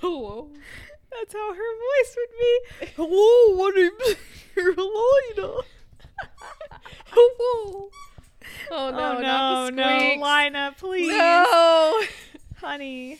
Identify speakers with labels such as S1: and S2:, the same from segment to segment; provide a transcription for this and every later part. S1: Whoa. That's how her voice would be. Hello, my name's Carolina. Hello.
S2: Oh no,
S1: no,
S2: not the
S1: no,
S2: squeaks.
S1: Lina, please.
S2: No.
S1: Honey.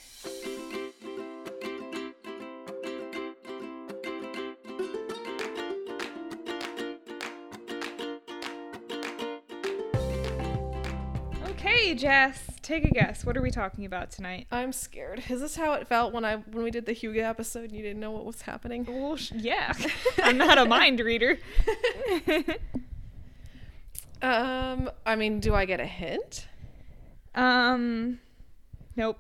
S1: Okay, Jess, take a guess. What are we talking about tonight?
S2: I'm scared. Is this how it felt when I when we did the Hugo episode and you didn't know what was happening?
S1: Well, Oh, sh- yeah. I'm not a mind reader.
S2: Um, I mean, do I get a hint?
S1: um, nope.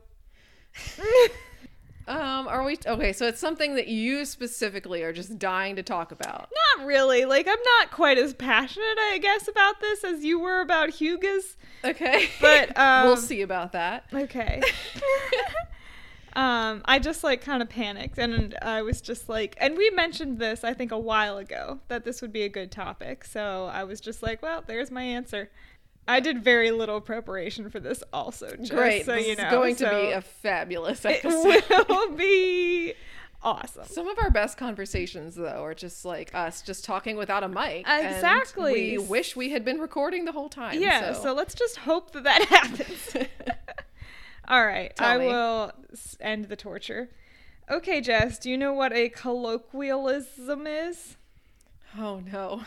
S2: Um, are we okay? So it's something that you specifically are just dying to talk about.
S1: Not really. Like, I'm not quite as passionate, I guess, about this as you were about Hugas.
S2: Okay,
S1: But, um,
S2: we'll see about that.
S1: Okay. um, I just like kind of panicked, and I was just like, and we mentioned this I think a while ago that this would be a good topic. So I was just like, well, there's my answer. I did very little preparation for this, also. Just
S2: Great,
S1: So
S2: this
S1: you
S2: is
S1: know,
S2: going to
S1: so
S2: be a fabulous
S1: it
S2: episode.
S1: will be awesome.
S2: Some of our best conversations, though, are just like us just talking without a mic. and we
S1: Exactly.
S2: wish we had been recording the whole time.
S1: Yeah.
S2: so-
S1: So. let's just hope that that happens. All right.
S2: Tell
S1: I
S2: me.
S1: will s- end the torture. Okay, Jess. Do you know what a colloquialism is?
S2: oh no.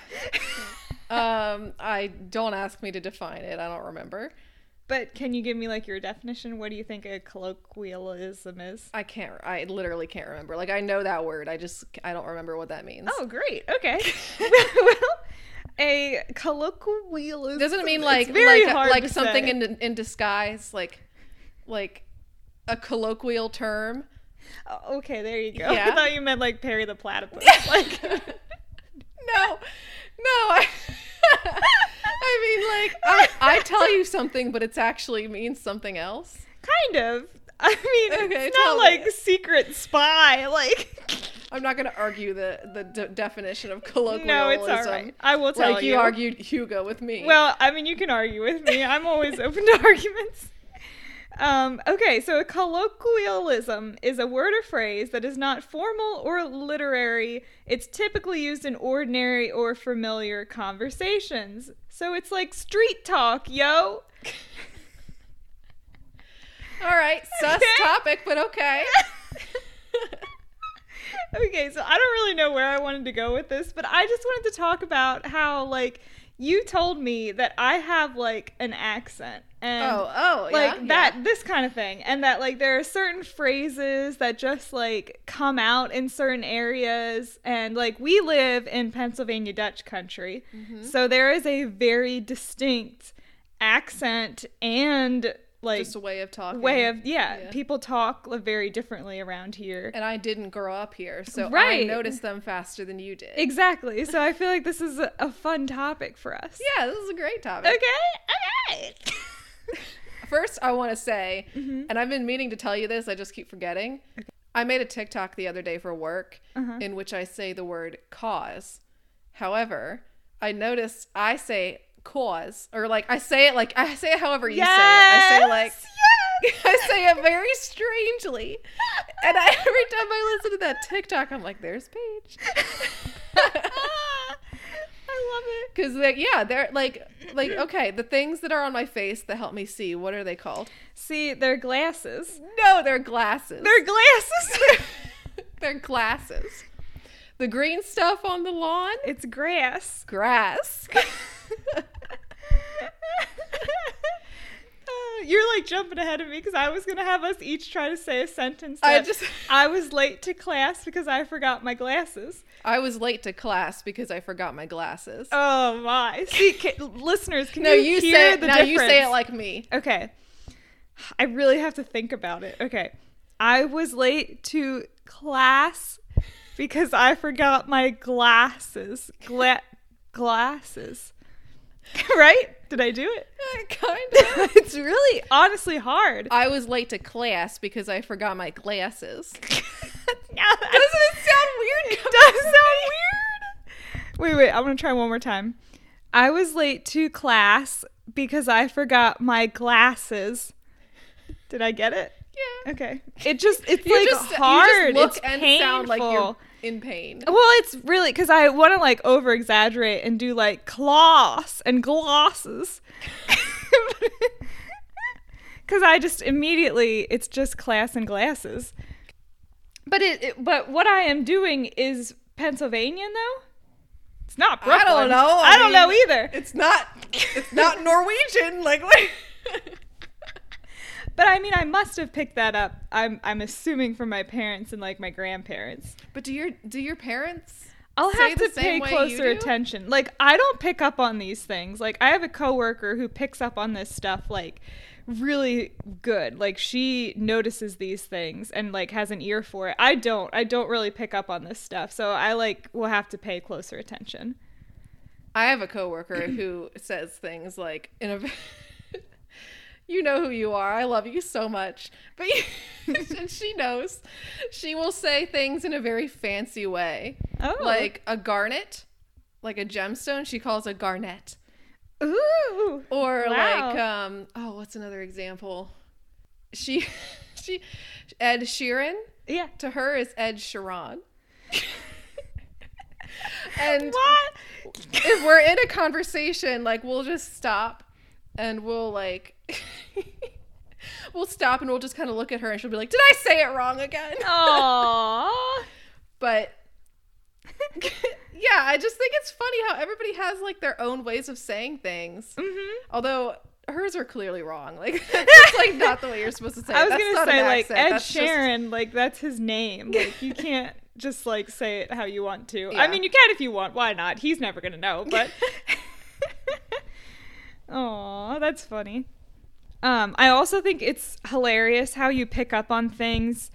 S2: um, I don't ask me to define it. I don't remember.
S1: But can you give me like your definition? What do you think a colloquialism is?
S2: I can't. I literally can't remember. Like I know that word. I just I don't remember what that means.
S1: Oh, great. Okay. well, a colloquialism
S2: Doesn't it mean
S1: it's
S2: like
S1: very
S2: like
S1: hard
S2: like
S1: to
S2: something
S1: say.
S2: in in disguise, like like a colloquial term?
S1: Oh, Okay, there you go.
S2: Yeah.
S1: I thought you meant like Perry the platypus. like
S2: No, no. I, I mean, like I, I tell you something, but it's actually means something else.
S1: kind of. I mean,
S2: Okay,
S1: it's
S2: tell
S1: not
S2: me.
S1: like secret spy like
S2: I'm not going to argue the the d- definition of colloquialism.
S1: No, it's all right. I will tell
S2: Like
S1: you.
S2: you argued Hugo with me.
S1: Well, I mean, you can argue with me. I'm always open to arguments. Um, okay, so a colloquialism is a word or phrase that is not formal or literary. It's typically used in ordinary or familiar conversations. So it's like street talk, yo.
S2: all right, sus
S1: Okay.
S2: topic, but okay.
S1: okay, so I don't really know where I wanted to go with this, but I just wanted to talk about how, like, you told me that I have, like, an accent. And
S2: oh, oh,
S1: Um, like
S2: yeah, yeah.
S1: that this kind of thing and that like there are certain phrases that just like come out in certain areas and like we live in Pennsylvania Dutch country
S2: Mm-hmm.
S1: so there is a very distinct accent and like
S2: Just a way of talking.
S1: way of yeah,
S2: Yeah.
S1: people talk like, very differently around here
S2: and I didn't grow up here, so I
S1: Right.
S2: noticed them faster than you did.
S1: exactly so I feel like this is a, a fun topic for us
S2: yeah, this is a great topic.
S1: okay all right
S2: First, I want to say,
S1: Mm-hmm.
S2: and I've been meaning to tell you this, I just keep forgetting. I made a TikTok the other day for work
S1: Uh-huh.
S2: in which I say the word cause. However, I noticed I say cause, or like I say it like I say it however you say it. I say like
S1: yes
S2: I say it very strangely. And I, every time I listen to that TikTok, I'm like, there's Paige.
S1: I love it
S2: Because they yeah, they're like, like okay, the things that are on my face that help me see, what are they called?
S1: See, they're glasses.
S2: No, they're glasses.
S1: They're glasses.
S2: They're glasses. The green stuff on the lawn,
S1: it's grass.
S2: grass.
S1: Uh, You're like jumping ahead of me because I was gonna have us each try to say a sentence.
S2: I
S1: That I
S2: just-
S1: was late to class because I forgot my glasses.
S2: I was late to class because I forgot my glasses.
S1: Oh my! See, ca- listeners, can
S2: no,
S1: you,
S2: you
S1: hear
S2: say it.
S1: the
S2: No,
S1: difference?
S2: you say it like me.
S1: Okay. I really have to think about it. Okay. I was late to class because I forgot my glasses. Gla- glasses. right? Did I do it?
S2: kind of.
S1: it's really honestly hard.
S2: I was late to class because I forgot my glasses.
S1: Doesn't it sound weird? It does sound weird. Wait, wait. I'm going to try one more time. I was late to class because I forgot my glasses. Did I get it?
S2: Yeah.
S1: Okay. It just it's
S2: You
S1: like
S2: just- you just
S1: hard.
S2: look
S1: it's
S2: and
S1: painful.
S2: sound like you're in pain.
S1: Well, it's really because I want to like over exaggerate and do like gloss and glosses. Because I just immediately, it's just class and glasses. But it, it- but what I am doing is Pennsylvanian though. It's not
S2: I
S1: Brooklyn.
S2: don't know.
S1: I,
S2: I
S1: don't
S2: mean-
S1: know either.
S2: It's not. It's not Norwegian. Like what?
S1: But I mean, I must have picked that up. I'm I'm assuming from my parents and like my grandparents.
S2: But do your do your parents?
S1: I'll
S2: say
S1: have
S2: the
S1: to
S2: same
S1: pay
S2: way you
S1: closer
S2: do?
S1: attention. Like I don't pick up on these things. Like I have a coworker who picks up on this stuff like really good. Like she notices these things and like has an ear for it. I don't. I don't really pick up on this stuff. So I like will have to pay closer attention.
S2: I have a coworker who says things like in a You know who you are. I love you so much. But you, and she knows. She will say things in a very fancy way.
S1: Oh.
S2: Like a garnet, like a gemstone, she calls a garnet.
S1: ooh.
S2: Or
S1: Wow.
S2: like um oh, what's another example? She she Ed Sheeran
S1: Yeah.
S2: to her is Ed Sheeran. and
S1: What?
S2: if we're in a conversation, like we'll just stop and we'll like we'll stop and we'll just kind of look at her and she'll be like, "Did I say it wrong again?"
S1: Oh. Aww.
S2: But yeah, I just think it's funny how everybody has like their own ways of saying things.
S1: mhm.
S2: Although hers are clearly wrong. Like it's like not the way you're supposed to say. it.
S1: I was
S2: That's
S1: gonna
S2: not an
S1: say like
S2: accent.
S1: Ed
S2: That's just-
S1: Sharon, like that's his name. Like you can't just like say it how you want to. I
S2: Yeah.
S1: mean, you can if you want. Why not? He's never gonna know. But oh, that's funny. Um, I also think it's hilarious how you pick up on things,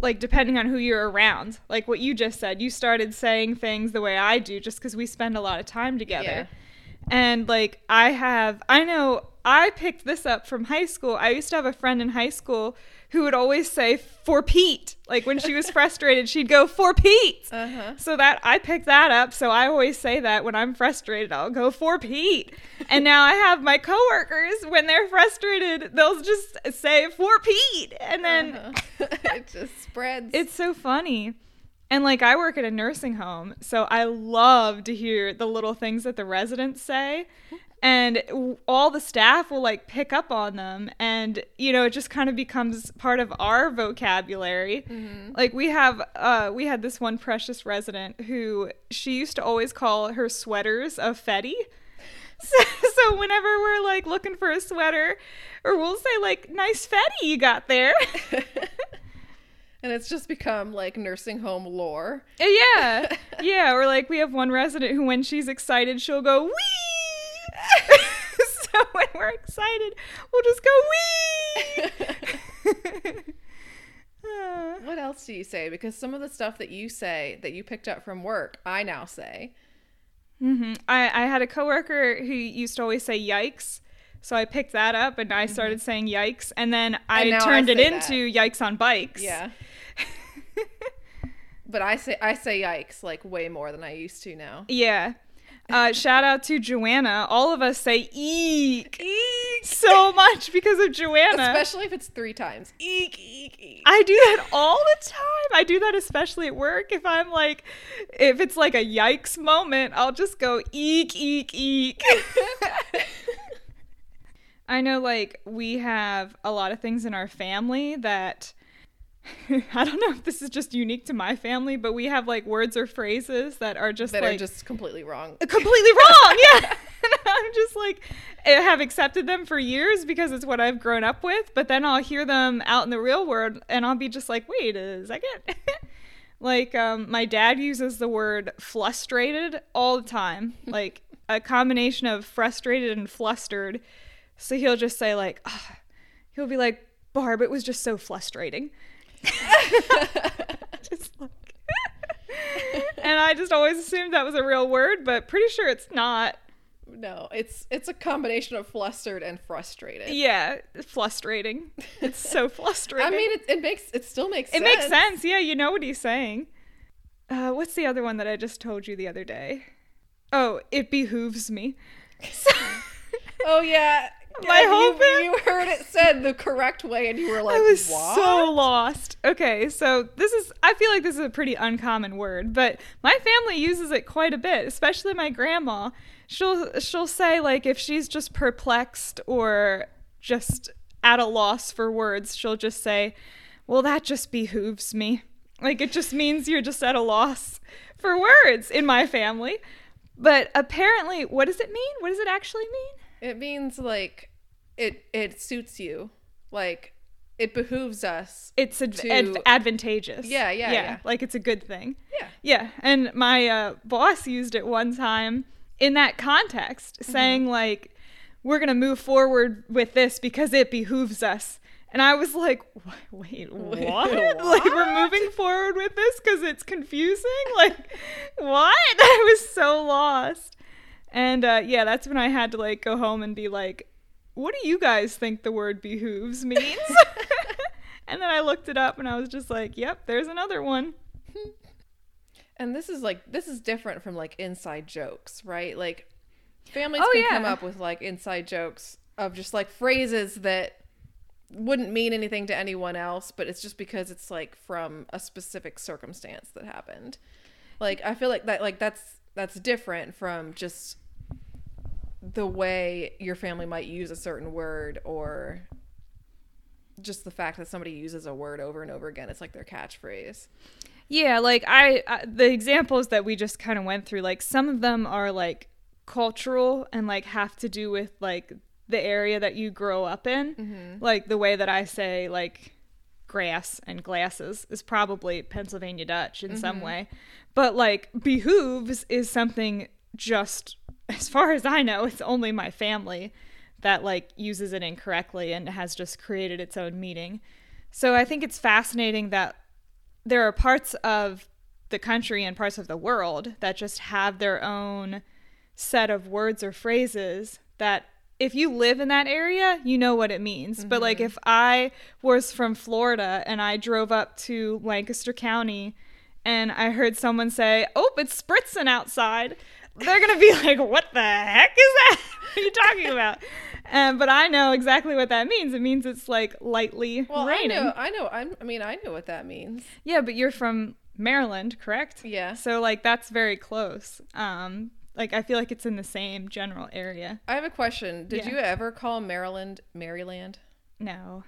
S1: like depending on who you're around. Like what you just said, you started saying things the way I do, just because we spend a lot of time together.
S2: Yeah.
S1: And like I have I know I picked this up from high school. I used to have a friend in high school who would always say for Pete. Like when she was frustrated, she'd go for Pete.
S2: Uh-huh.
S1: So that I picked that up. So I always say that when I'm frustrated, I'll go for Pete. And now I have my coworkers when they're frustrated, they'll just say for Pete. And then
S2: Uh-huh. it just spreads.
S1: it's so funny. And like I work at a nursing home, so I love to hear the little things that the residents say. And w- all the staff will like pick up on them and you know, it just kind of becomes part of our vocabulary. Like we have uh we had this one precious resident who she used to always call her sweaters a fetty. So, so whenever we're like looking for a sweater, or we'll say like nice fetty you got there.
S2: and it's just become like nursing home lore.
S1: Uh, Yeah. Yeah. Or like we have one resident who, when she's excited, she'll go, wee. so when we're excited, we'll just go, wee. Uh,
S2: What else do you say? Because some of the stuff that you say that you picked up from work, I now say.
S1: mhm. I, I had a coworker who used to always say, yikes. So I picked that up and I started saying yikes. And then
S2: Mm-hmm.
S1: I
S2: And now I
S1: turned it
S2: say that.
S1: into yikes on bikes.
S2: Yeah. but I say I say yikes like way more than I used to now.
S1: Yeah. Uh, shout out to Joanna. All of us say eek, eek so much because of Joanna.
S2: Especially if it's three times. Eek eek eek.
S1: I do that all the time. I do that especially at work. If I'm like, if it's like a yikes moment, I'll just go eek, eek, eek. I know, like, we have a lot of things in our family that I don't know if this is just unique to my family, but we have like words or phrases that are just
S2: that
S1: like
S2: are just completely wrong.
S1: completely wrong. Yeah. And I'm just like, I have accepted them for years because it's what I've grown up with. But then I'll hear them out in the real world and I'll be just like, wait a second. like, um, my dad uses the word frustrated all the time, like a combination of frustrated and flustered. So he'll just say, like, "Ah," he'll be like, Barb, it was just so frustrating. just like and I just always assumed that was a real word, but pretty sure it's not.
S2: No, it's it's a combination of flustered and frustrated.
S1: Yeah, frustrating. It's so frustrating.
S2: I mean it, it makes it still makes
S1: it
S2: sense.
S1: makes sense. Yeah, you know what he's saying. Uh, what's the other one that I just told you the other day? Oh, it behooves me. So-
S2: Oh yeah.
S1: My whole
S2: you,
S1: fam-
S2: you heard it said the correct way, and you were like,
S1: I was
S2: "What?"
S1: so lost. Okay, so this is, I feel like this is a pretty uncommon word, but my family uses it quite a bit, especially my grandma. She'll, she'll say, like, if she's just perplexed or just at a loss for words, she'll just say, well, that just behooves me. Like, it just means you're just at a loss for words in my family. But apparently, what does it mean? What does it actually mean?
S2: It means like it it suits you, like it behooves us.
S1: It's adv-
S2: To-
S1: ad- advantageous.
S2: Yeah, yeah, yeah.
S1: Like, it's a good thing.
S2: Yeah,
S1: Yeah, and my uh, boss used it one time in that context,
S2: Mm-hmm.
S1: saying like, "We're gonna move forward with this because it behooves us." And I was like, "Wha- "Wait, what?
S2: Wait,
S1: Like we're moving forward with this because it's confusing? Like, what?" I was so lost. And uh, yeah, that's when I had to like go home and be like, "What do you guys think the word behooves means?" and then I looked it up, and I was just like, "Yep, there's another one."
S2: and this is like this is different from like inside jokes, right? Like families
S1: Oh,
S2: can
S1: yeah.
S2: come up with like inside jokes of just like phrases that wouldn't mean anything to anyone else, but it's just because it's like from a specific circumstance that happened. Like I feel like that like that's that's different from just the way your family might use a certain word or just the fact that somebody uses a word over and over again it's like their catchphrase
S1: Yeah, like I, I the examples that we just kind of went through, like some of them are like cultural and like have to do with like the area that you grow up in. Like the way that I say like grass and glasses is probably Pennsylvania Dutch in some way. But like behooves is something just as far as I know, it's only my family that like uses it incorrectly and has just created its own meaning. So I think it's fascinating that there are parts of the country and parts of the world that just have their own set of words or phrases that if you live in that area, you know what it means. But like
S2: Mm-hmm.
S1: if I was from Florida and I drove up to Lancaster County and I heard someone say, "Oh, it's spritzing outside," they're gonna be like, "What the heck is that? What are you talking about?" Um, but I know exactly what that means. It means it's like lightly
S2: well
S1: raining.
S2: i know i know I'm, i mean i know what that means
S1: Yeah, but you're from Maryland, correct?
S2: Yeah.
S1: So like that's very close. Um like I feel like it's in the same general area.
S2: I have a question. Did
S1: Yeah.
S2: you ever call Maryland Maryland?
S1: No.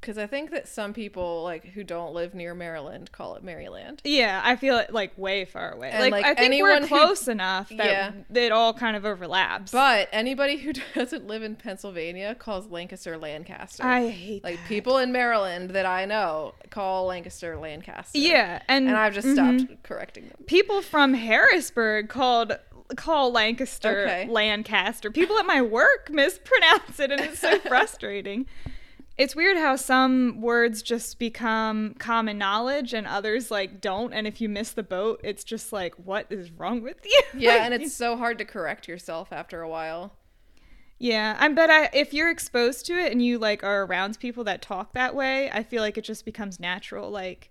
S2: Because I think that some people like who don't live near Maryland call it Maryland.
S1: Yeah, I feel it like way far away.
S2: And,
S1: like,
S2: like,
S1: I think
S2: anyone
S1: we're
S2: who-
S1: close enough that
S2: Yeah.
S1: it all kind of overlaps.
S2: But anybody who doesn't live in Pennsylvania calls Lancaster Lancaster.
S1: I hate
S2: like
S1: that.
S2: people in Maryland that I know call Lancaster Lancaster.
S1: Yeah, and,
S2: and I've just
S1: mhm.
S2: stopped correcting them.
S1: people from Harrisburg called call Lancaster
S2: Okay.
S1: Lancaster. People at my work mispronounce it and it's so frustrating. It's weird how some words just become common knowledge and others like don't and if you miss the boat it's just like what is wrong with you?
S2: Yeah,
S1: Like,
S2: and it's so hard to correct yourself after a while.
S1: Yeah, I bet I if you're exposed to it and you like are around people that talk that way, I feel like it just becomes natural. Like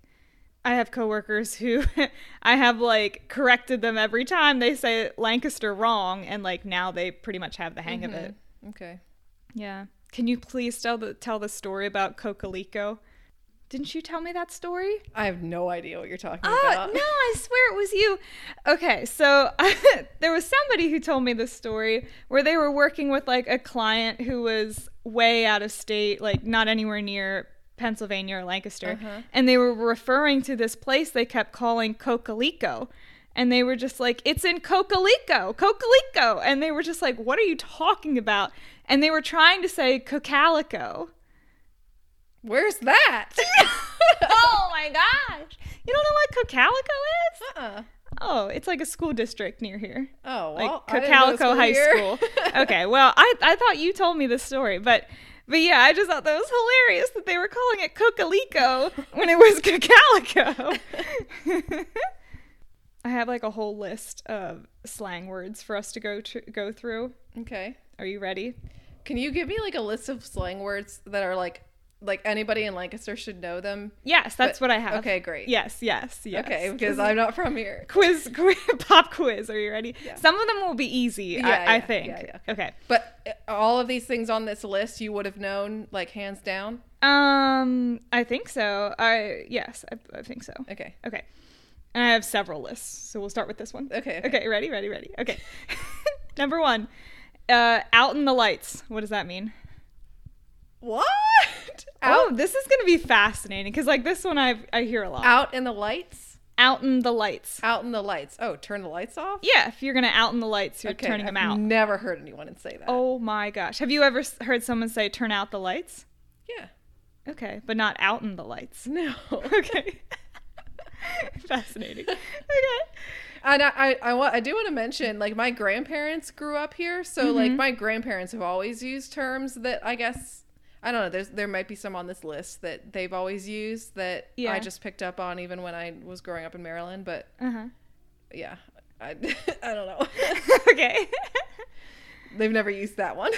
S1: I have coworkers who I have like corrected them every time they say Lancaster wrong and like now they pretty much have the hang of it.
S2: Mm-hmm. Okay.
S1: Yeah. Can you please tell the tell the story about Cocalico? Didn't you tell me that story?
S2: I have no idea what you're talking
S1: Oh,
S2: about.
S1: no, I swear it was you. Okay, so there was somebody who told me this story where they were working with like a client who was way out of state, like not anywhere near Pennsylvania or Lancaster. And they were referring to this place they kept calling Cocalico. And they were just like, it's in Cocalico, Cocalico. And they were just like, what are you talking about? And they were trying to say Cocalico.
S2: Where's that?
S1: oh my gosh. You don't know what Cocalico is?
S2: uh-uh.
S1: Oh, it's like a school district near here,
S2: Oh,
S1: like
S2: well, I didn't know this
S1: Cocalico
S2: was
S1: High
S2: here.
S1: School. okay, well, I I thought you told me this story, but but yeah, I just thought that was hilarious that they were calling it Cocalico when it was Cocalico. I have like a whole list of slang words for us to go to, go through.
S2: Okay.
S1: Are you ready?
S2: Can you give me like a list of slang words that are like like anybody in Lancaster should know them.
S1: Yes, that's
S2: But-
S1: what I have.
S2: okay, great.
S1: Yes, yes, yes.
S2: Okay, because I'm not from here.
S1: quiz, quiz pop quiz. Are you ready?
S2: Yeah.
S1: Some of them will be easy, I,
S2: Yeah,
S1: I
S2: yeah,
S1: think.
S2: yeah, yeah.
S1: Okay.
S2: But uh, all of these things on this list you would have known, like hands down.
S1: Um, I think so. I yes, I, I think so.
S2: Okay.
S1: Okay. And I have several lists, so we'll start with this one.
S2: Okay, okay.
S1: Okay, ready, ready, ready. Okay. Number one, uh, out in the lights. What does that mean?
S2: What?
S1: Oh,
S2: Out
S1: this is gonna be fascinating because like this one I I hear a lot.
S2: out in the lights?
S1: Out in the lights.
S2: Out in the lights. Oh, turn the lights off?
S1: Yeah, if you're gonna out in the lights, you're turning
S2: I've
S1: them out.
S2: Never heard anyone say that.
S1: Oh my gosh. Have you ever s- heard someone say turn out the lights?
S2: yeah.
S1: Okay, but not out in the lights.
S2: No.
S1: Okay. Fascinating. Okay.
S2: And I, I, I, wa- I do want to mention, like, my grandparents grew up here, so like
S1: Mm-hmm.
S2: my grandparents have always used terms that I guess I don't know. There's there might be some on this list that they've always used that
S1: Yeah.
S2: I just picked up on even when I was growing up in Maryland. But
S1: Uh-huh.
S2: yeah, I, I don't know.
S1: okay.
S2: they've never used that one.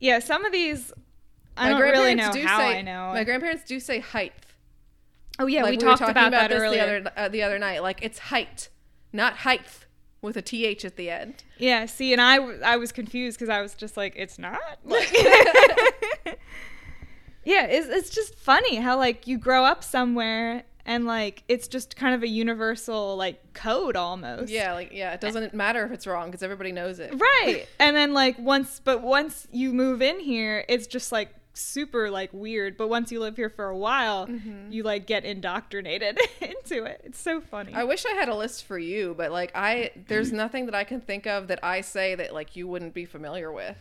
S1: yeah, some of these I
S2: My
S1: don't really know
S2: grandparents do
S1: how
S2: say-
S1: I know.
S2: My grandparents do say height.
S1: oh yeah,
S2: Like,
S1: we,
S2: were
S1: talked
S2: talking
S1: about, that
S2: this
S1: earlier.
S2: the other uh, the other night. Like it's height, not height, with a th at the end.
S1: Yeah, see, and I, w- I was confused because I was just like, it's not. Like, yeah, it's, it's just funny how like you grow up somewhere and like it's just kind of a universal like code almost.
S2: Yeah, like yeah, it doesn't matter if it's wrong because everybody knows it.
S1: Right. And then like once, but once you move in here, it's just like super like weird. But once you live here for a while, you like get indoctrinated into it. It's so funny.
S2: I wish I had a list for you, but like I, there's nothing that I can think of that I say that like you wouldn't be familiar with.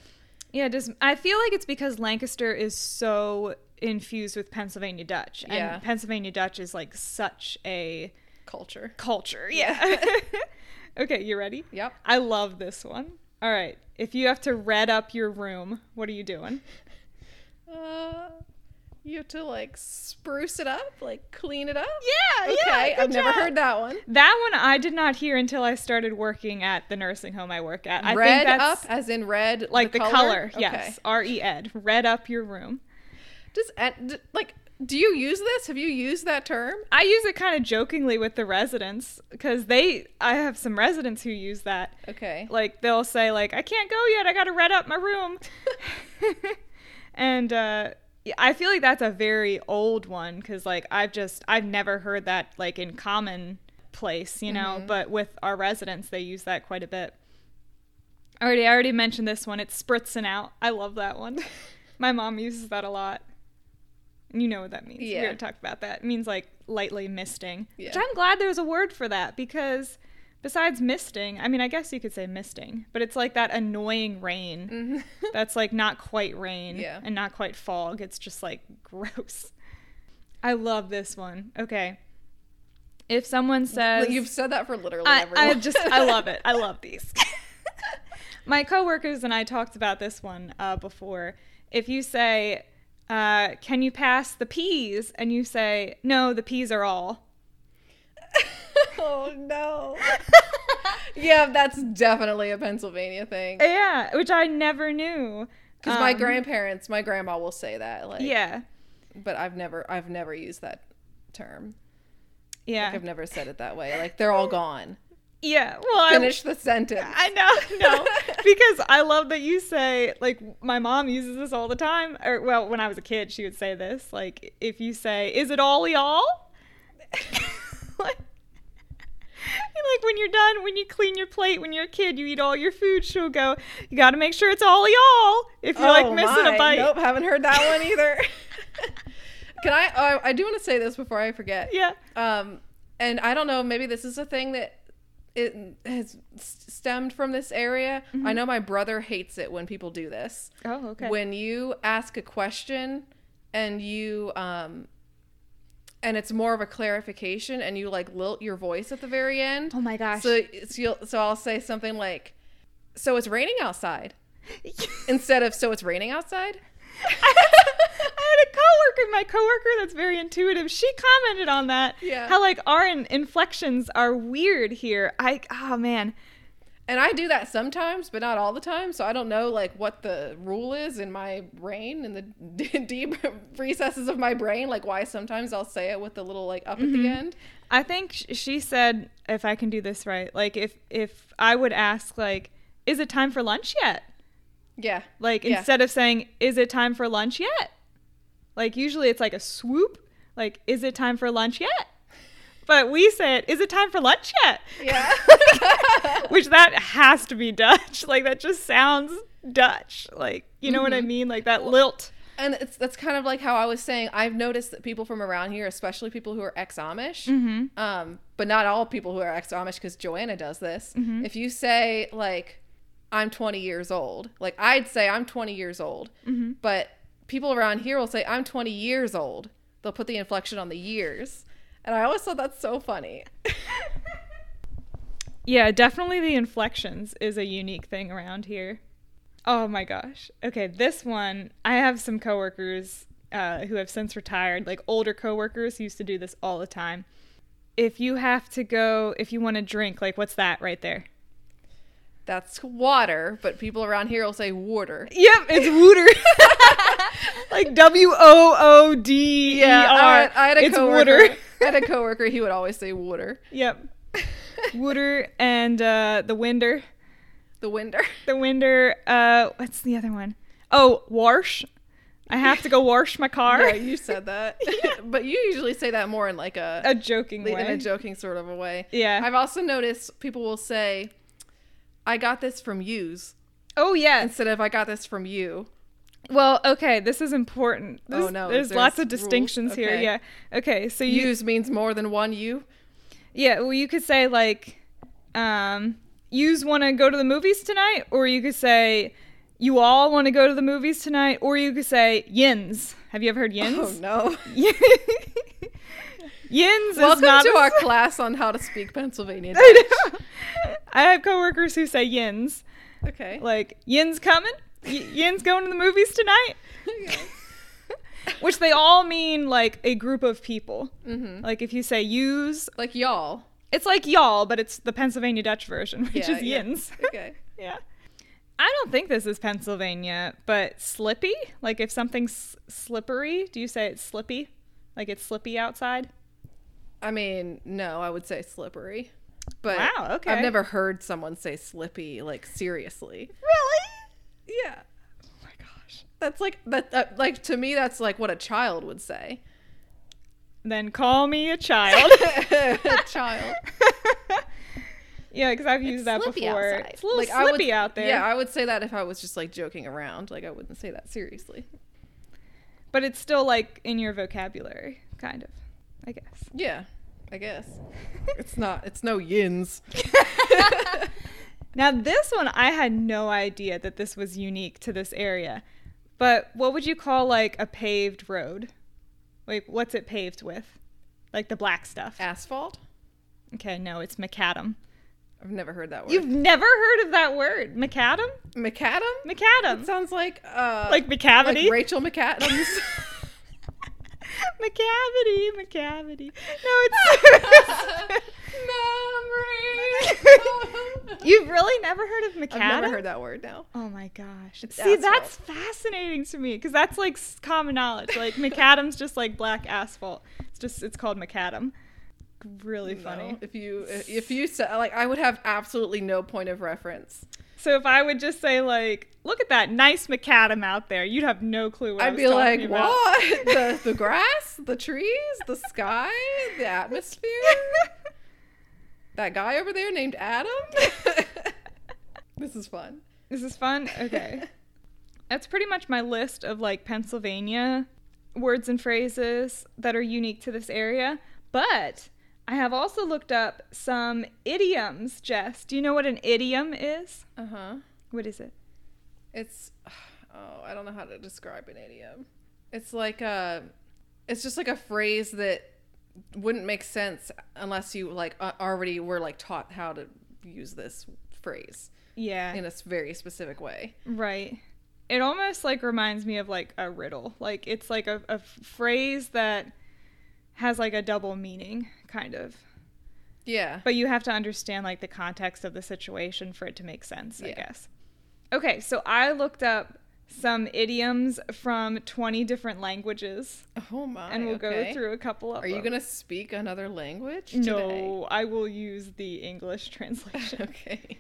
S1: Yeah, just I feel like it's because Lancaster is so infused with Pennsylvania Dutch, and
S2: Yeah.
S1: Pennsylvania Dutch is like such a
S2: Culture.
S1: culture. Yeah. okay, you ready?
S2: Yep.
S1: I love this one. All right, if you have to red up your room, what are you doing?
S2: Uh, you have to like spruce it up, like clean it up.
S1: Yeah,
S2: Okay, I've never heard that one.
S1: That one I did not hear until I started working at the nursing home I work at. I
S2: red
S1: think that's
S2: up, as in red,
S1: like the, color. Yes,
S2: Okay.
S1: R E Ed. Red up your room.
S2: Does and, d- like do you use this? Have you used that term?
S1: I use it kind of jokingly with the residents because they, I have some residents who use that.
S2: Okay.
S1: Like they'll say, like, I can't go yet. I got to red up my room. and uh, yeah, I feel like that's a very old one because, like, I've just, I've never heard that like in common place, you know.
S2: Mm-hmm.
S1: But with our residents, they use that quite a bit. Already, I already mentioned this one. It's spritzing out. I love that one. my mom uses that a lot. And you know what that means.
S2: Yeah.
S1: We already talked about that. It means like lightly misting. Which
S2: Yeah.
S1: I'm glad there's a word for that because besides misting, I mean, I guess you could say misting, but it's like that annoying rain that's like not quite rain
S2: Mm-hmm. Yeah.
S1: and not quite fog. It's just like gross. I love this one. Okay. If someone says.
S2: Like, You've said that for literally
S1: I,
S2: everyone.
S1: I just I love it. I love these. My coworkers and I talked about this one uh, before. If you say, uh, "Can you pass the peas?" and you say, "No, the peas are all."
S2: oh no. yeah, that's definitely a Pennsylvania thing.
S1: Yeah, which I never knew.
S2: Because my
S1: Um,
S2: grandparents, my grandma will say that. Like,
S1: Yeah,
S2: But I've never, I've never used that term.
S1: yeah,
S2: Like, I've never said it that way. Like they're all gone.
S1: yeah. Well, I,
S2: Finish the sentence.
S1: I know, no, because I love that you say like my mom uses this all the time. Or well, when I was a kid, she would say this. Like if you say, "Is it all y'all?" like, and, like when you're done, when you clean your plate, when you're a kid, you eat all your food. She'll go, "You got to make sure it's all y'all." If you're like
S2: Oh,
S1: missing
S2: my.
S1: a bite,
S2: Nope, haven't heard that one either. Can I? Oh, I do want to say this before I forget.
S1: yeah,
S2: Um, and I don't know. Maybe this is a thing that it has s- stemmed from this area. I
S1: Mm-hmm.
S2: know my brother hates it when people do this.
S1: oh okay,
S2: when you ask a question and you um and it's more of a clarification and you like lilt your voice at the very end
S1: oh my gosh,
S2: so so, you'll, so i'll say something like so it's raining outside instead of so it's raining outside
S1: I had a coworker, my coworker that's very intuitive. She commented on that.
S2: Yeah.
S1: How like our in- inflections are weird here. I oh man.
S2: And I do that sometimes, but not all the time. So I don't know like what the rule is in my brain in the d- deep recesses of my brain, like why sometimes I'll say it with the little like up
S1: Mm-hmm.
S2: at the end.
S1: I think sh- she said, if I can do this right, like if if I would ask, like, is it time for lunch yet?
S2: Yeah.
S1: Like
S2: Yeah.
S1: instead of saying, is it time for lunch yet? Like usually it's like a swoop, like, is it time for lunch yet? But we say it, is it time for lunch yet?
S2: Yeah.
S1: Which that has to be Dutch. Like that just sounds Dutch. Like you know what I mean? Like that lilt.
S2: and it's that's kind of like how I was saying. I've noticed that people from around here, especially people who are ex Amish, um, but not all people who are ex Amish, because Joanna does this. If you say like, "I'm 20 years old," like I'd say I'm 20 years old, but people around here will say I'm 20 years old. They'll put the inflection on the years, and I always thought that's so funny.
S1: Yeah, definitely the inflections is a unique thing around here. Oh my gosh. Okay, this one, I have some coworkers uh, who have since retired, like older coworkers who used to do this all the time. If you have to go, if you want to drink, like what's that right there?
S2: That's water, but people around here will say water.
S1: Yep, it's wooter. like W O O D E R.
S2: I had, I had a
S1: it's
S2: coworker.
S1: wooter.
S2: I had a coworker. He would always say water.
S1: Yep. Wooter and uh, the Winder.
S2: The winder.
S1: The Winder. Uh, what's the other one? Oh, wash. I have to go wash my car.
S2: Yeah, you said that. but you usually say that more in like a,
S1: a joking way.
S2: in a joking sort of a way.
S1: Yeah.
S2: I've also noticed people will say, "I got this from yous"
S1: oh yes.
S2: instead of "I got this from you."
S1: Well, okay. This is important. This,
S2: Oh, no,
S1: There's,
S2: there's
S1: lots of
S2: rules.
S1: distinctions here.
S2: Okay.
S1: Yeah. Okay. So you.
S2: Yous means more than one you.
S1: Yeah. Well, you could say like, um, yous want to go to the movies tonight, or you could say, you all want to go to the movies tonight, or you could say yins. Have you ever heard yins?
S2: Oh no!
S1: Yins is
S2: Welcome
S1: not
S2: to
S1: a-
S2: our class on how to speak Pennsylvania.
S1: I know. I have coworkers who say yins,
S2: Dutch. Okay.
S1: like yins coming, y- yins going to the movies tonight,
S2: Okay.
S1: which they all mean like a group of people.
S2: Mhm.
S1: Like if you say yous,
S2: Like y'all.
S1: it's like y'all, but it's the Pennsylvania Dutch version, which
S2: Yeah,
S1: is
S2: yeah.
S1: yins.
S2: Okay.
S1: yeah. I don't think this is Pennsylvania, but slippy. Like if something's slippery, do you say it's slippy? Like it's slippy outside?
S2: I mean, no, I would say slippery. But
S1: Wow, okay.
S2: I've never heard someone say slippy like seriously.
S1: Really?
S2: Yeah.
S1: Oh my gosh.
S2: That's like that, that like to me that's like what a child would say.
S1: Then call me a child.
S2: a child.
S1: yeah, because I've used that
S3: slippy
S1: before.
S3: outside.
S1: It's a little
S2: Like I would
S1: slippy out there.
S2: Yeah, I would say that if I was just like joking around, like I wouldn't say that seriously.
S1: but it's still like in your vocabulary, kind of, I guess.
S2: Yeah. I guess. It's not it's no yins.
S1: Now this one, I had no idea that this was unique to this area. But what would you call like a paved road? Like what's it paved with? Like the black stuff.
S2: Asphalt?
S1: Okay, no, it's macadam.
S2: I've never heard that word.
S1: You've never heard of that word, macadam?
S2: macadam?
S1: Macadam.
S2: Sounds like uh
S1: Like
S2: like
S1: macavity.
S2: Rachel McAdams.
S1: macavity, macavity. No, it's You've really never heard of
S2: I've
S1: macadam?
S2: never heard that word now.
S1: Oh my gosh. See,
S2: asphalt.
S1: that's fascinating to me because that's like s- common knowledge. Like macadam's just like black asphalt. It's just it's called macadam. Really funny.
S2: No, if you if you said like I would have absolutely no point of reference.
S1: So if I would just say like, look at that nice macadam out there, you'd have no clue what I
S2: I'd
S1: was
S2: be like,
S1: talking about.
S2: what? the the grass, the trees, the sky, the atmosphere. that guy over there named Adam. this is fun.
S1: This is fun. Okay. That's pretty much my list of like Pennsylvania words and phrases that are unique to this area. But I have also looked up some idioms, Jess. Do you know what an idiom is?
S2: Uh huh.
S1: What is it?
S2: It's oh, I don't know how to describe an idiom. It's like a, it's just like a phrase that wouldn't make sense unless you like a- already were like taught how to use this phrase
S1: Yeah.
S2: in a s- very specific way.
S1: Right. It almost like reminds me of like a riddle. Like it's like a, a phrase that has like a double meaning, kind of.
S2: Yeah.
S1: But you have to understand like the context of the situation for it to make sense, I
S2: Yeah.
S1: guess. Okay, so I looked up some idioms from 20 different languages
S2: Oh my.
S1: and we'll
S2: okay.
S1: go through a couple of
S2: Are you
S1: them.
S2: going to speak another language today?
S1: No, I will use the English translation.
S2: Okay.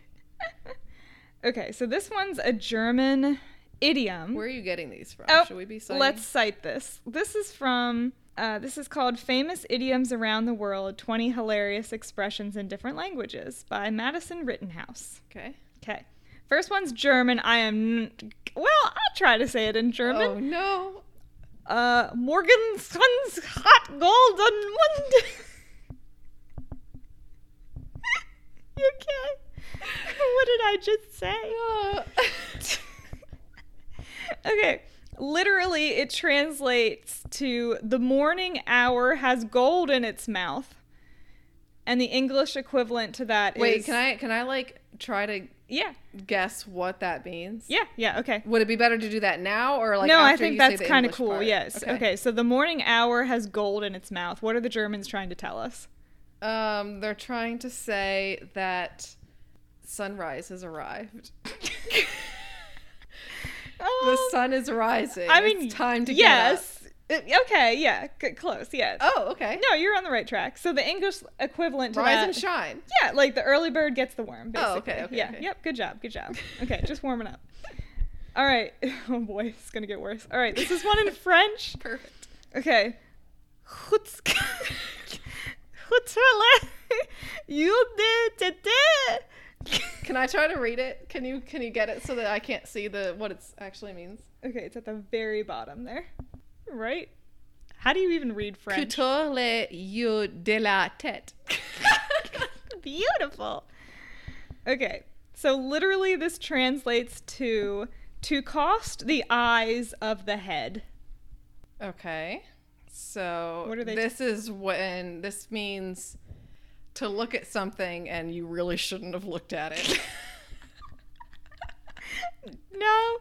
S1: okay, so this one's a German idiom.
S2: Where are you getting these from?
S1: Oh,
S2: Should we be citing?
S1: Let's cite this. This is from. Uh, this is called Famous Idioms Around the World 20 Hilarious Expressions in Different Languages by Madison Rittenhouse.
S2: Okay.
S1: Okay. First one's German. I am. n- Well, I'll try to say it in
S2: Oh
S1: German.
S2: no.
S1: Uh, Morgen's Hans hat golden Mund. you okay? What did I just say?
S2: No.
S1: okay. Literally, it translates to the morning hour has gold in its mouth. And the English equivalent to that is
S2: Wait, can I can I like try to
S1: Yeah.
S2: guess what that means?
S1: Yeah. Yeah. Okay.
S2: Would it be better to do that now or like
S1: no,
S2: after
S1: I think
S2: you say
S1: that's
S2: the
S1: kind of
S2: English
S1: cool.
S2: part?
S1: Yes. Okay. So the morning hour has gold in its mouth. What are the Germans trying to tell us?
S2: Um they're trying to say that sunrise has arrived. the
S1: Oh,
S2: sun is rising.
S1: I mean,
S2: it's time to get up.
S1: yes. Uh, Okay. Yeah. C- close. Yeah.
S2: Oh, okay.
S1: No, you're on the right track. So the English equivalent to
S2: Rise
S1: that.
S2: and shine.
S1: Yeah, like the early bird gets the worm. Basically.
S2: Oh, okay, okay,
S1: Yeah,
S2: okay.
S1: yep. Good job, good job. Okay, just warming up. All right. Oh boy, it's gonna get worse. All right, this is one in French.
S2: Perfect.
S1: Okay. Chutsk- Chutzele. You did it.
S2: Can I try to read it? Can you can you get it so that I can't see the what it actually means?
S1: Okay, it's at the very bottom there. Right? How do you even read French?
S2: Plutôt le yeux de la tête.
S1: Beautiful. Okay, so literally this translates to to cost the eyes of the head.
S2: Okay. So
S1: What are they-
S2: this is when this means to look at something and you really shouldn't have looked at it.
S1: No.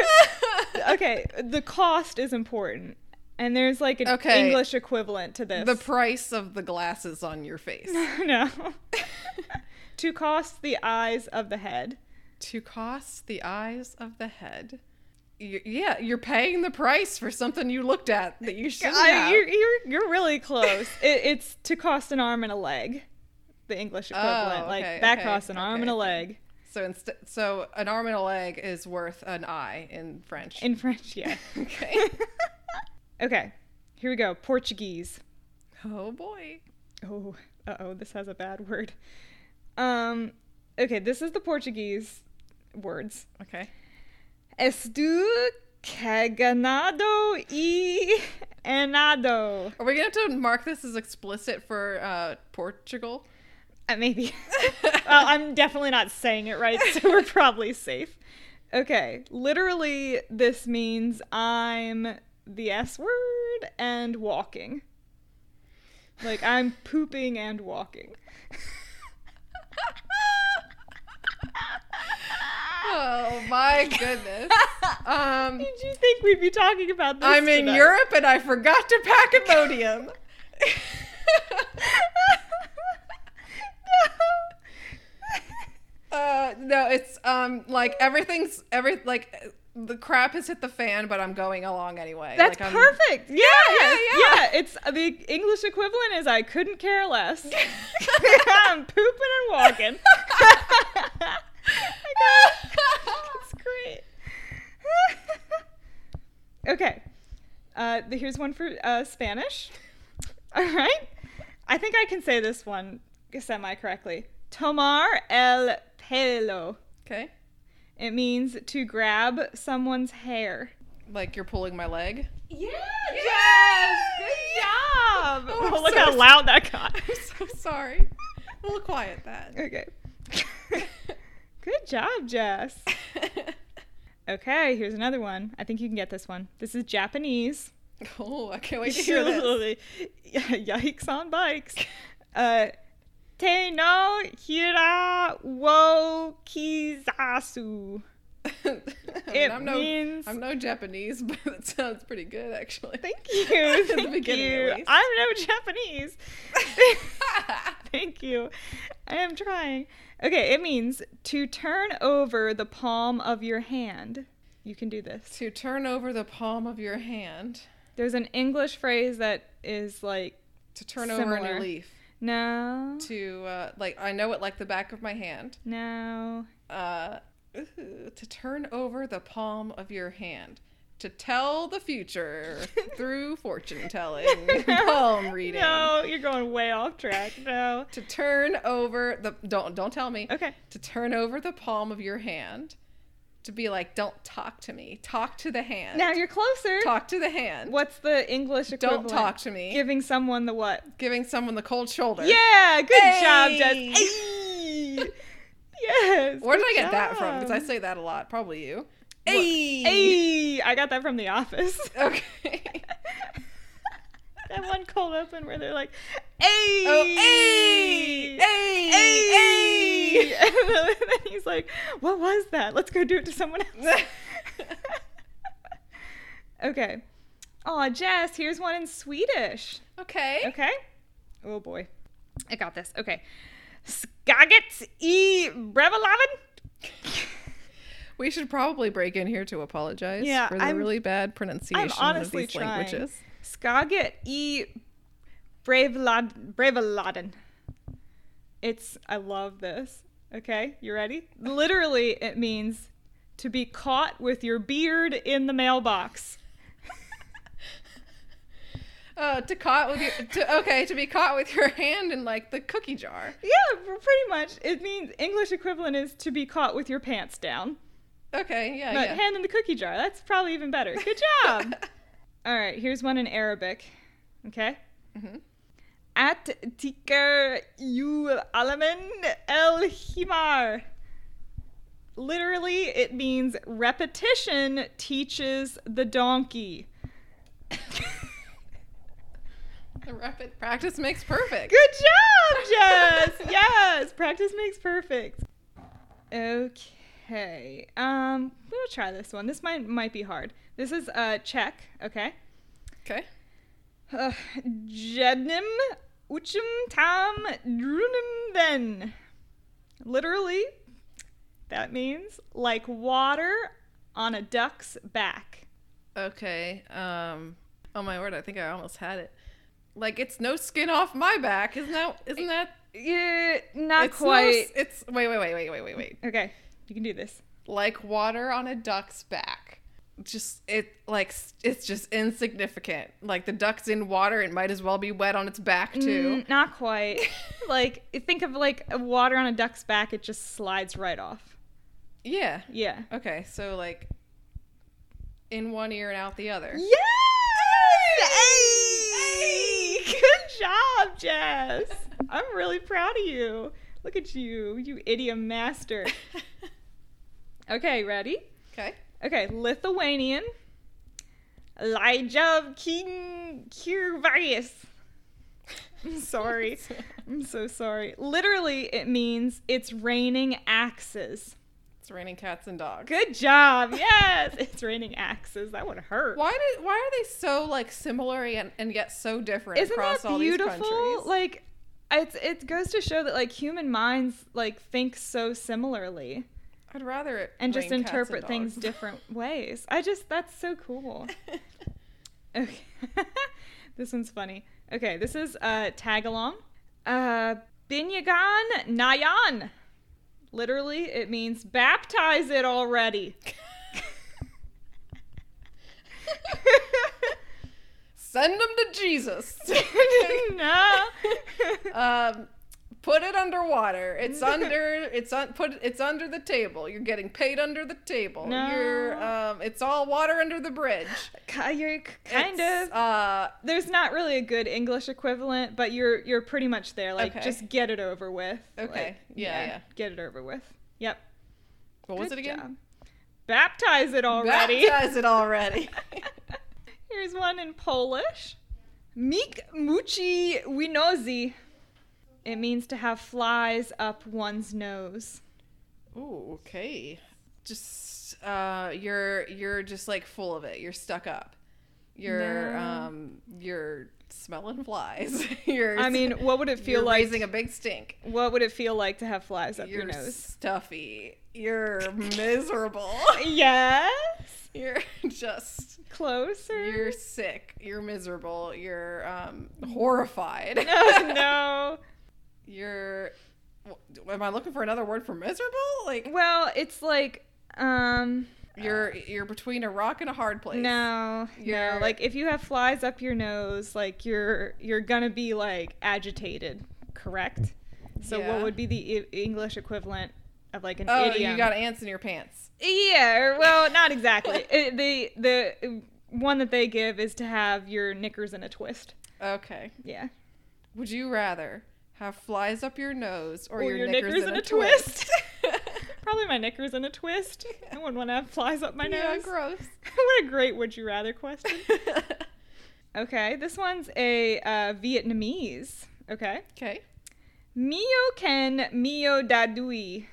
S1: okay, the cost is important. And there's like an
S2: Okay.
S1: English equivalent to this.
S2: the price of the glasses on your face.
S1: no. to cost the eyes of the head.
S2: to cost the eyes of the head. Y- yeah, you're paying the price for something you looked at that you shouldn't
S1: I,
S2: have.
S1: you're, you're, you're really close. it, it's to cost an arm and a leg, the English equivalent.
S2: Oh, okay,
S1: like, that
S2: okay,
S1: costs an arm and a
S2: okay.
S1: leg.
S2: So instead, so an arm and a leg is worth an eye in French.
S1: In French, yeah.
S2: okay.
S1: okay, here we go. Portuguese.
S2: oh boy.
S1: Oh, uh oh, this has a bad word. Um, okay, this is the Portuguese words.
S2: Okay.
S1: Estu caganado e enado.
S2: Are we gonna have to mark this as explicit for uh, Portugal?
S1: Uh, maybe. well, I'm definitely not saying it right, so we're probably safe. Okay, literally, this means I'm the S word and walking. Like, I'm pooping and walking.
S2: Oh my goodness. Um,
S1: Did you think we'd be talking about this?
S2: I'm in
S1: tonight?
S2: Europe and I forgot to pack Imodium. uh, no, it's um like everything's every like uh, the crap has hit the fan, but I'm going along anyway.
S1: That's
S2: like, I'm-
S1: perfect. Yeah,
S2: yeah,
S1: yeah, It's the English equivalent is I couldn't care less. I'm pooping and walking. That's great. okay. Uh, th- here's one for uh, Spanish. All right. I think I can say this one semi correctly. Tomar el pelo.
S2: Okay,
S1: It means to grab someone's hair.
S2: like you're pulling my leg.
S1: Yeah! Yes! Good job!
S2: Oh,
S1: Oh,
S2: I'm
S1: look
S2: so
S1: how
S2: s-
S1: loud that got.
S2: I'm so sorry. We'll quiet that.
S1: okay. Good job, Jess. Okay, here's another one. I think you can get this one. This is Japanese.
S2: oh, I can't wait to hear this.
S1: Yikes on bikes. Uh, te no hira wo kizasu. It
S2: I mean, I'm no,
S1: means-
S2: I'm no Japanese, but it sounds pretty good actually.
S1: Thank you.
S2: the
S1: Thank
S2: beginning, at
S1: you.
S2: least.
S1: I'm no Japanese. Thank you. I am trying. Okay, it means to turn over the palm of your hand. You can do this.
S2: To turn over the palm of your hand.
S1: There's an English phrase that is like
S2: To turn over
S1: Similar.
S2: a leaf.
S1: no,
S2: To uh, like I know it like the back of my hand.
S1: no.
S2: Uh, to turn over the palm of your hand. To tell the future through fortune telling, palm reading.
S1: No, you're going way off track. No.
S2: To turn over the don't don't tell me.
S1: Okay.
S2: to turn over the palm of your hand to be like don't talk to me talk to the hand
S1: Now you're closer.
S2: talk to the hand
S1: What's the English
S2: don't
S1: equivalent?
S2: talk to me
S1: Giving someone the what?
S2: giving someone the cold shoulder
S1: Yeah, good job,
S2: Hey!
S1: Jess. Ay! yes.
S2: where did
S1: good
S2: i get that from because i
S1: job.
S2: say that a lot probably you
S1: Ay! I got that from The Office.
S2: okay
S1: that one cold open where they're like, "Ay,
S2: oh eh, hey hey
S1: ay." and then he's like, "What was that? Let's go do it to someone else." okay. Aw, Jess, here's one in Swedish.
S2: okay
S1: Okay. Oh boy, I got this. Okay. Skaget i Brevalaven.
S2: we should probably break in here to apologize
S1: Yeah,
S2: for the
S1: I'm-
S2: really bad pronunciation of
S1: honestly
S2: these
S1: trying.
S2: languages
S1: Skaget i Brevelad Breveladen. It's I love this. Okay, you ready? Literally it means to be caught with your beard in the mailbox.
S2: oh to caught with your to, okay to be caught with your hand in like the cookie jar
S1: Yeah, pr- pretty much. It means English equivalent is to be caught with your pants down.
S2: okay yeah
S1: But
S2: Oh, yeah
S1: hand in the cookie jar, that's probably even better. Good job.
S2: um,
S1: All right, here's one in Arabic. Okay?
S2: Mhm.
S1: At tikar yul alaman el himar. Literally, it means repetition teaches the donkey.
S2: The rapid practice makes perfect.
S1: Good job, Jess! yes, practice makes perfect. Okay, um, we'll try this one. This might might be hard. This is uh, Czech. Okay.
S2: Okay.
S1: Uh, Jednim uchim tam drunim ven. Literally, that means like water on a duck's back.
S2: Okay. Um. Oh my word! I think I almost had it. Like it's no skin off my back, isn't that? Isn't that?
S1: Yeah, not
S2: it's no
S1: quite.
S2: s- it's wait, wait, wait, wait, wait, wait, wait.
S1: okay, you can do this.
S2: Like water on a duck's back. Just it like s- it's just insignificant. Like the duck's in water, it might as well be wet on its back too.
S1: Mm, not quite. like think of like water on a duck's back; it just slides right off.
S2: Yeah.
S1: Yeah.
S2: Okay. So like, in one ear and out the other.
S1: Yes! Hey! Good job, Jess. I'm really proud of you. Look at you, you idiom master. Okay, ready?
S2: okay.
S1: Okay, Lithuanian. Lyjav King Kirvagis. I'm sorry. I'm so sorry. Literally, it means it's raining axes.
S2: It's raining cats and dogs.
S1: Good job. Yes, it's raining axes. That would hurt.
S2: Why did why are they so like similar and, and yet so different
S1: isn't
S2: across
S1: that
S2: all these
S1: beautiful
S2: countries?
S1: like it's it goes to show that like human minds like think so similarly
S2: I'd rather it
S1: and
S2: rain
S1: just
S2: cats
S1: interpret
S2: and
S1: things
S2: dogs.
S1: different ways i just that's so cool okay this one's funny okay this is uh tagalong uh binyagan nayan literally it means baptize it already
S2: Send them to Jesus.
S1: no
S2: um, put it underwater. It's under. It's on. Put. It's under the table. You're getting paid under the table.
S1: No.
S2: You're. Um, it's all water under the bridge.
S1: Ki- you're kind
S2: It's,
S1: of
S2: Uh,
S1: there's not really a good English equivalent, but you're you're pretty much there. Like
S2: Okay.
S1: just get it over with.
S2: Okay.
S1: Like,
S2: Yeah, yeah.
S1: Get it over with. Yep.
S2: what was
S1: Good
S2: it again?
S1: job. Baptize it already.
S2: Baptize it already.
S1: Here's one in Polish. Mik muci winozy. It means to have flies up one's nose.
S2: Ooh, okay. Just uh you're you're just like full of it. You're stuck up. You're
S1: No.
S2: um you're smelling flies. you're
S1: I mean, what would it feel
S2: you're
S1: like?
S2: raising a big stink.
S1: what would it feel like to have flies up
S2: You're
S1: your nose?
S2: stuffy. You're miserable.
S1: Yes.
S2: you're just
S1: Closer.
S2: you're sick. You're miserable. You're um horrified.
S1: Oh no.
S2: You're w- am I looking for another word for miserable? Like
S1: Well, it's like um
S2: you're you're between a rock and a hard place.
S1: no, no.
S2: You're-
S1: Like if you have flies up your nose, like you're you're gonna be like agitated, correct? So
S2: Yeah.
S1: what would be the I- English equivalent of like an
S2: Oh,
S1: idiom?
S2: you got ants in your pants.
S1: yeah. or- Well, not exactly. It- the the one that they give is to have your knickers in a twist.
S2: Okay.
S1: Yeah.
S2: Would you rather have flies up your nose or,
S1: Or
S2: your,
S1: your
S2: knickers,
S1: knickers
S2: in,
S1: in
S2: a,
S1: a
S2: twist?
S1: Probably my knickers in a twist. I wouldn't want to have flies up my
S2: yeah,
S1: nose.
S2: gross.
S1: what a great would you rather question. Okay, this one's a uh, Vietnamese. Okay.
S2: okay.
S1: Mio ken mio dadui.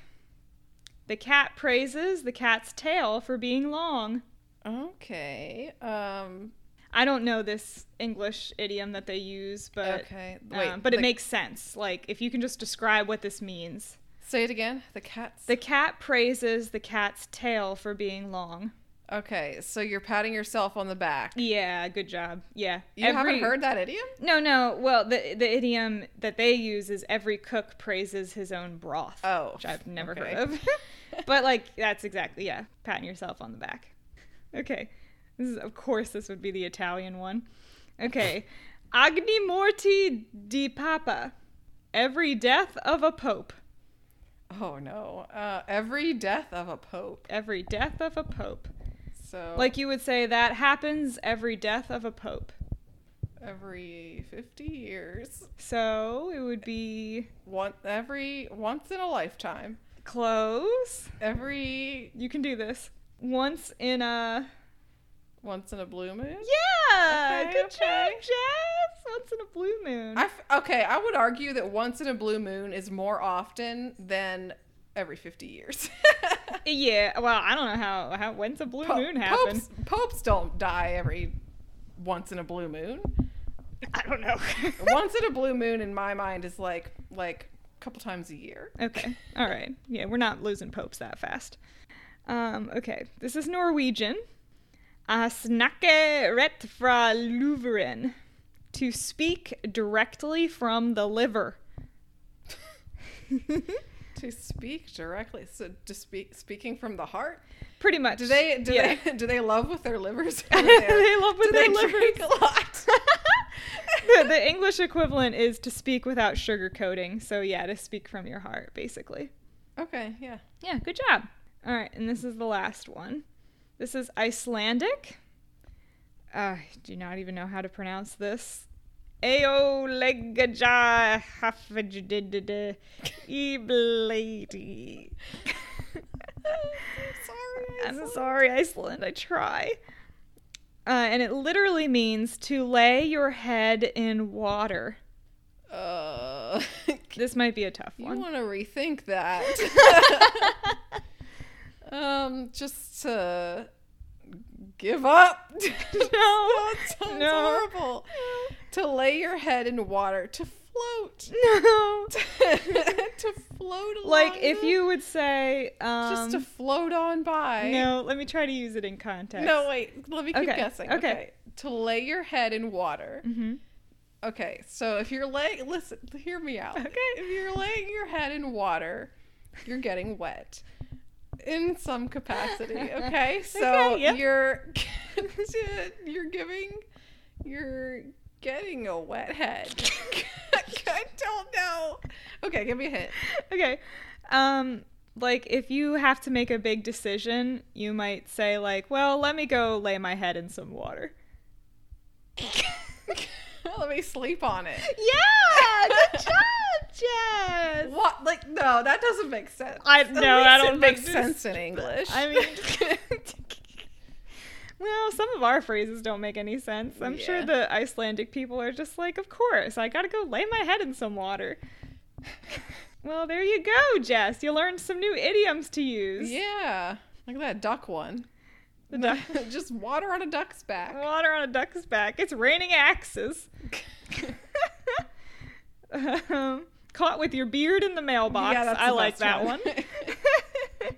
S1: The cat praises the cat's tail for being long.
S2: Okay. Um
S1: I don't know this English idiom that they use, but
S2: okay.
S1: um,
S2: Wait.
S1: but it
S2: the-
S1: makes sense. Like if you can just describe what this means.
S2: Say it again. The cats.
S1: The cat praises the cat's tail for being long.
S2: okay, so you're patting yourself on the back.
S1: Yeah, good job. Yeah.
S2: You haven't heard that idiom?
S1: No, no. Well, the the idiom that they use is every cook praises his own broth.
S2: Oh,
S1: which I've never
S2: okay.
S1: heard of. but like that's exactly yeah, patting yourself on the back. Okay. This is of course this would be the Italian one. Okay. Agni morti di papa. Every death of a pope.
S2: Oh no. Uh, every death of a pope.
S1: Every death of a pope.
S2: So
S1: Like you would say that happens every death of a pope.
S2: every 50 years.
S1: So, it would be
S2: One every once in a lifetime.
S1: close.
S2: Every
S1: You can do this. Once in a
S2: once in a blue moon.
S1: Yeah.
S2: Okay,
S1: good
S2: okay.
S1: job, Jess. Once in a blue moon.
S2: I f- okay, I would argue that once in a blue moon is more often than every 50 years.
S1: yeah. Well, I don't know how. How when's a blue
S2: Po-
S1: moon happen?
S2: Popes, popes don't die every once in a blue moon.
S1: I don't know.
S2: once in a blue moon in my mind is like like a couple times a year.
S1: okay. All right. Yeah, we're not losing popes that fast. Um. Okay. This is Norwegian. A snakke rett fra luveren. To speak directly from the liver.
S2: To speak directly, so to speak speaking from the heart.
S1: Pretty much.
S2: Do they do
S1: Yeah.
S2: they do they love with their livers? Or do
S1: They love with
S2: do
S1: their
S2: they
S1: livers.
S2: drink a lot.
S1: the, the English equivalent is to speak without sugarcoating. So yeah, to speak from your heart, basically.
S2: okay, yeah.
S1: Yeah, good job. All right, and this is the last one. This is Icelandic. Uh, I do not even know how to pronounce this. Eolegaja hafajdidida iblady.
S2: Sorry.
S1: I'm sorry, Iceland. I try. Uh, and it literally means to lay your head in water.
S2: Uh,
S1: This might be a tough
S2: you
S1: one.
S2: want to rethink that. um, just to give up.
S1: no,
S2: that sounds
S1: no,
S2: horrible. To lay your head in water, to float,
S1: no.
S2: to float.
S1: Like
S2: along
S1: if
S2: the-
S1: you would say, um,
S2: just to float on by.
S1: no. Let me try to use it in context.
S2: No, wait. Let me keep
S1: Okay,
S2: guessing.
S1: okay.
S2: To lay your head in water.
S1: Mhm.
S2: Okay, so if you're laying, listen, hear me out.
S1: Okay.
S2: If you're laying your head in water, you're getting wet in some capacity. Okay, so
S1: Okay, yep.
S2: you're you're giving you're getting a wet head. I don't know. Okay, give me a hint.
S1: Okay. Um, like if you have to make a big decision, you might say like, well, let me go lay my head in some water.
S2: Let me sleep on it.
S1: Yeah, good job, Jess.
S2: What? Like no, that doesn't make sense.
S1: I-
S2: At
S1: no, that
S2: least
S1: don't
S2: it
S1: make
S2: makes
S1: sense.
S2: sense in English.
S1: I mean, well, some of our phrases don't make any sense. I'm sure
S2: Yeah.
S1: the Icelandic people are just like, of course, I gotta go lay my head in some water. well, there you go, Jess. You learned some new idioms to use.
S2: yeah, like that duck one.
S1: The duck.
S2: Just water on a duck's back.
S1: Water on a duck's back. It's raining axes. um, caught with your beard in the mailbox.
S2: Yeah, that's
S1: I
S2: the
S1: like
S2: best
S1: that
S2: one.
S1: one.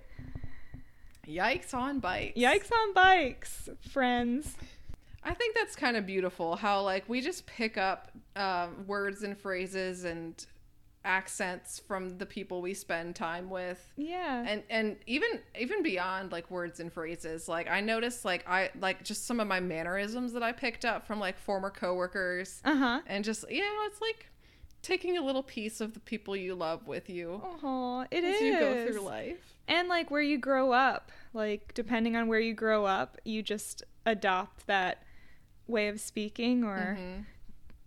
S2: Yikes on bites.
S1: Yikes on bikes, friends.
S2: I think that's kind of beautiful how like we just pick up uh, words and phrases and accents from the people we spend time with.
S1: Yeah.
S2: And and even even beyond like words and phrases, like I noticed like I like just some of my mannerisms that I picked up from like former coworkers
S1: uh huh.
S2: and just you know, it's like taking a little piece of the people you love with you
S1: Oh, it
S2: as
S1: is.
S2: you go through life.
S1: And like where you grow up, like depending on where you grow up, you just adopt that way of speaking or
S2: Mhm.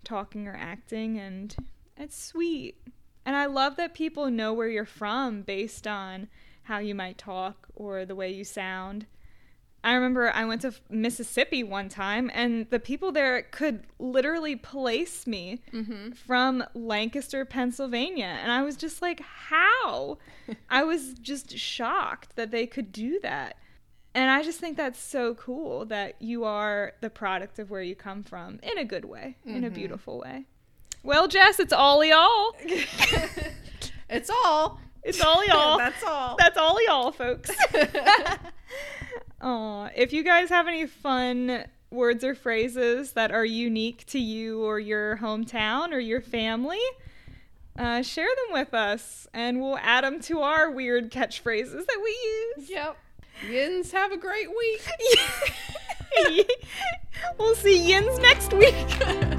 S1: talking or acting and it's sweet. And I love that people know where you're from based on how you might talk or the way you sound. I remember I went to F- Mississippi one time and the people there could literally place me from Lancaster, Pennsylvania. And I was just like, how? I was just shocked that they could do that. And I just think that's so cool that you are the product of where you come from in a good way, in a beautiful way. Well, Jess, it's all y'all.
S2: It's all.
S1: It's all y'all.
S2: That's all.
S1: That's all y'all, folks. Aw, if you guys have any fun words or phrases that are unique to you or your hometown or your family, uh, share them with us and we'll add them to our weird catchphrases that we use.
S2: yep. Yins have a great week.
S1: we'll see yins next week.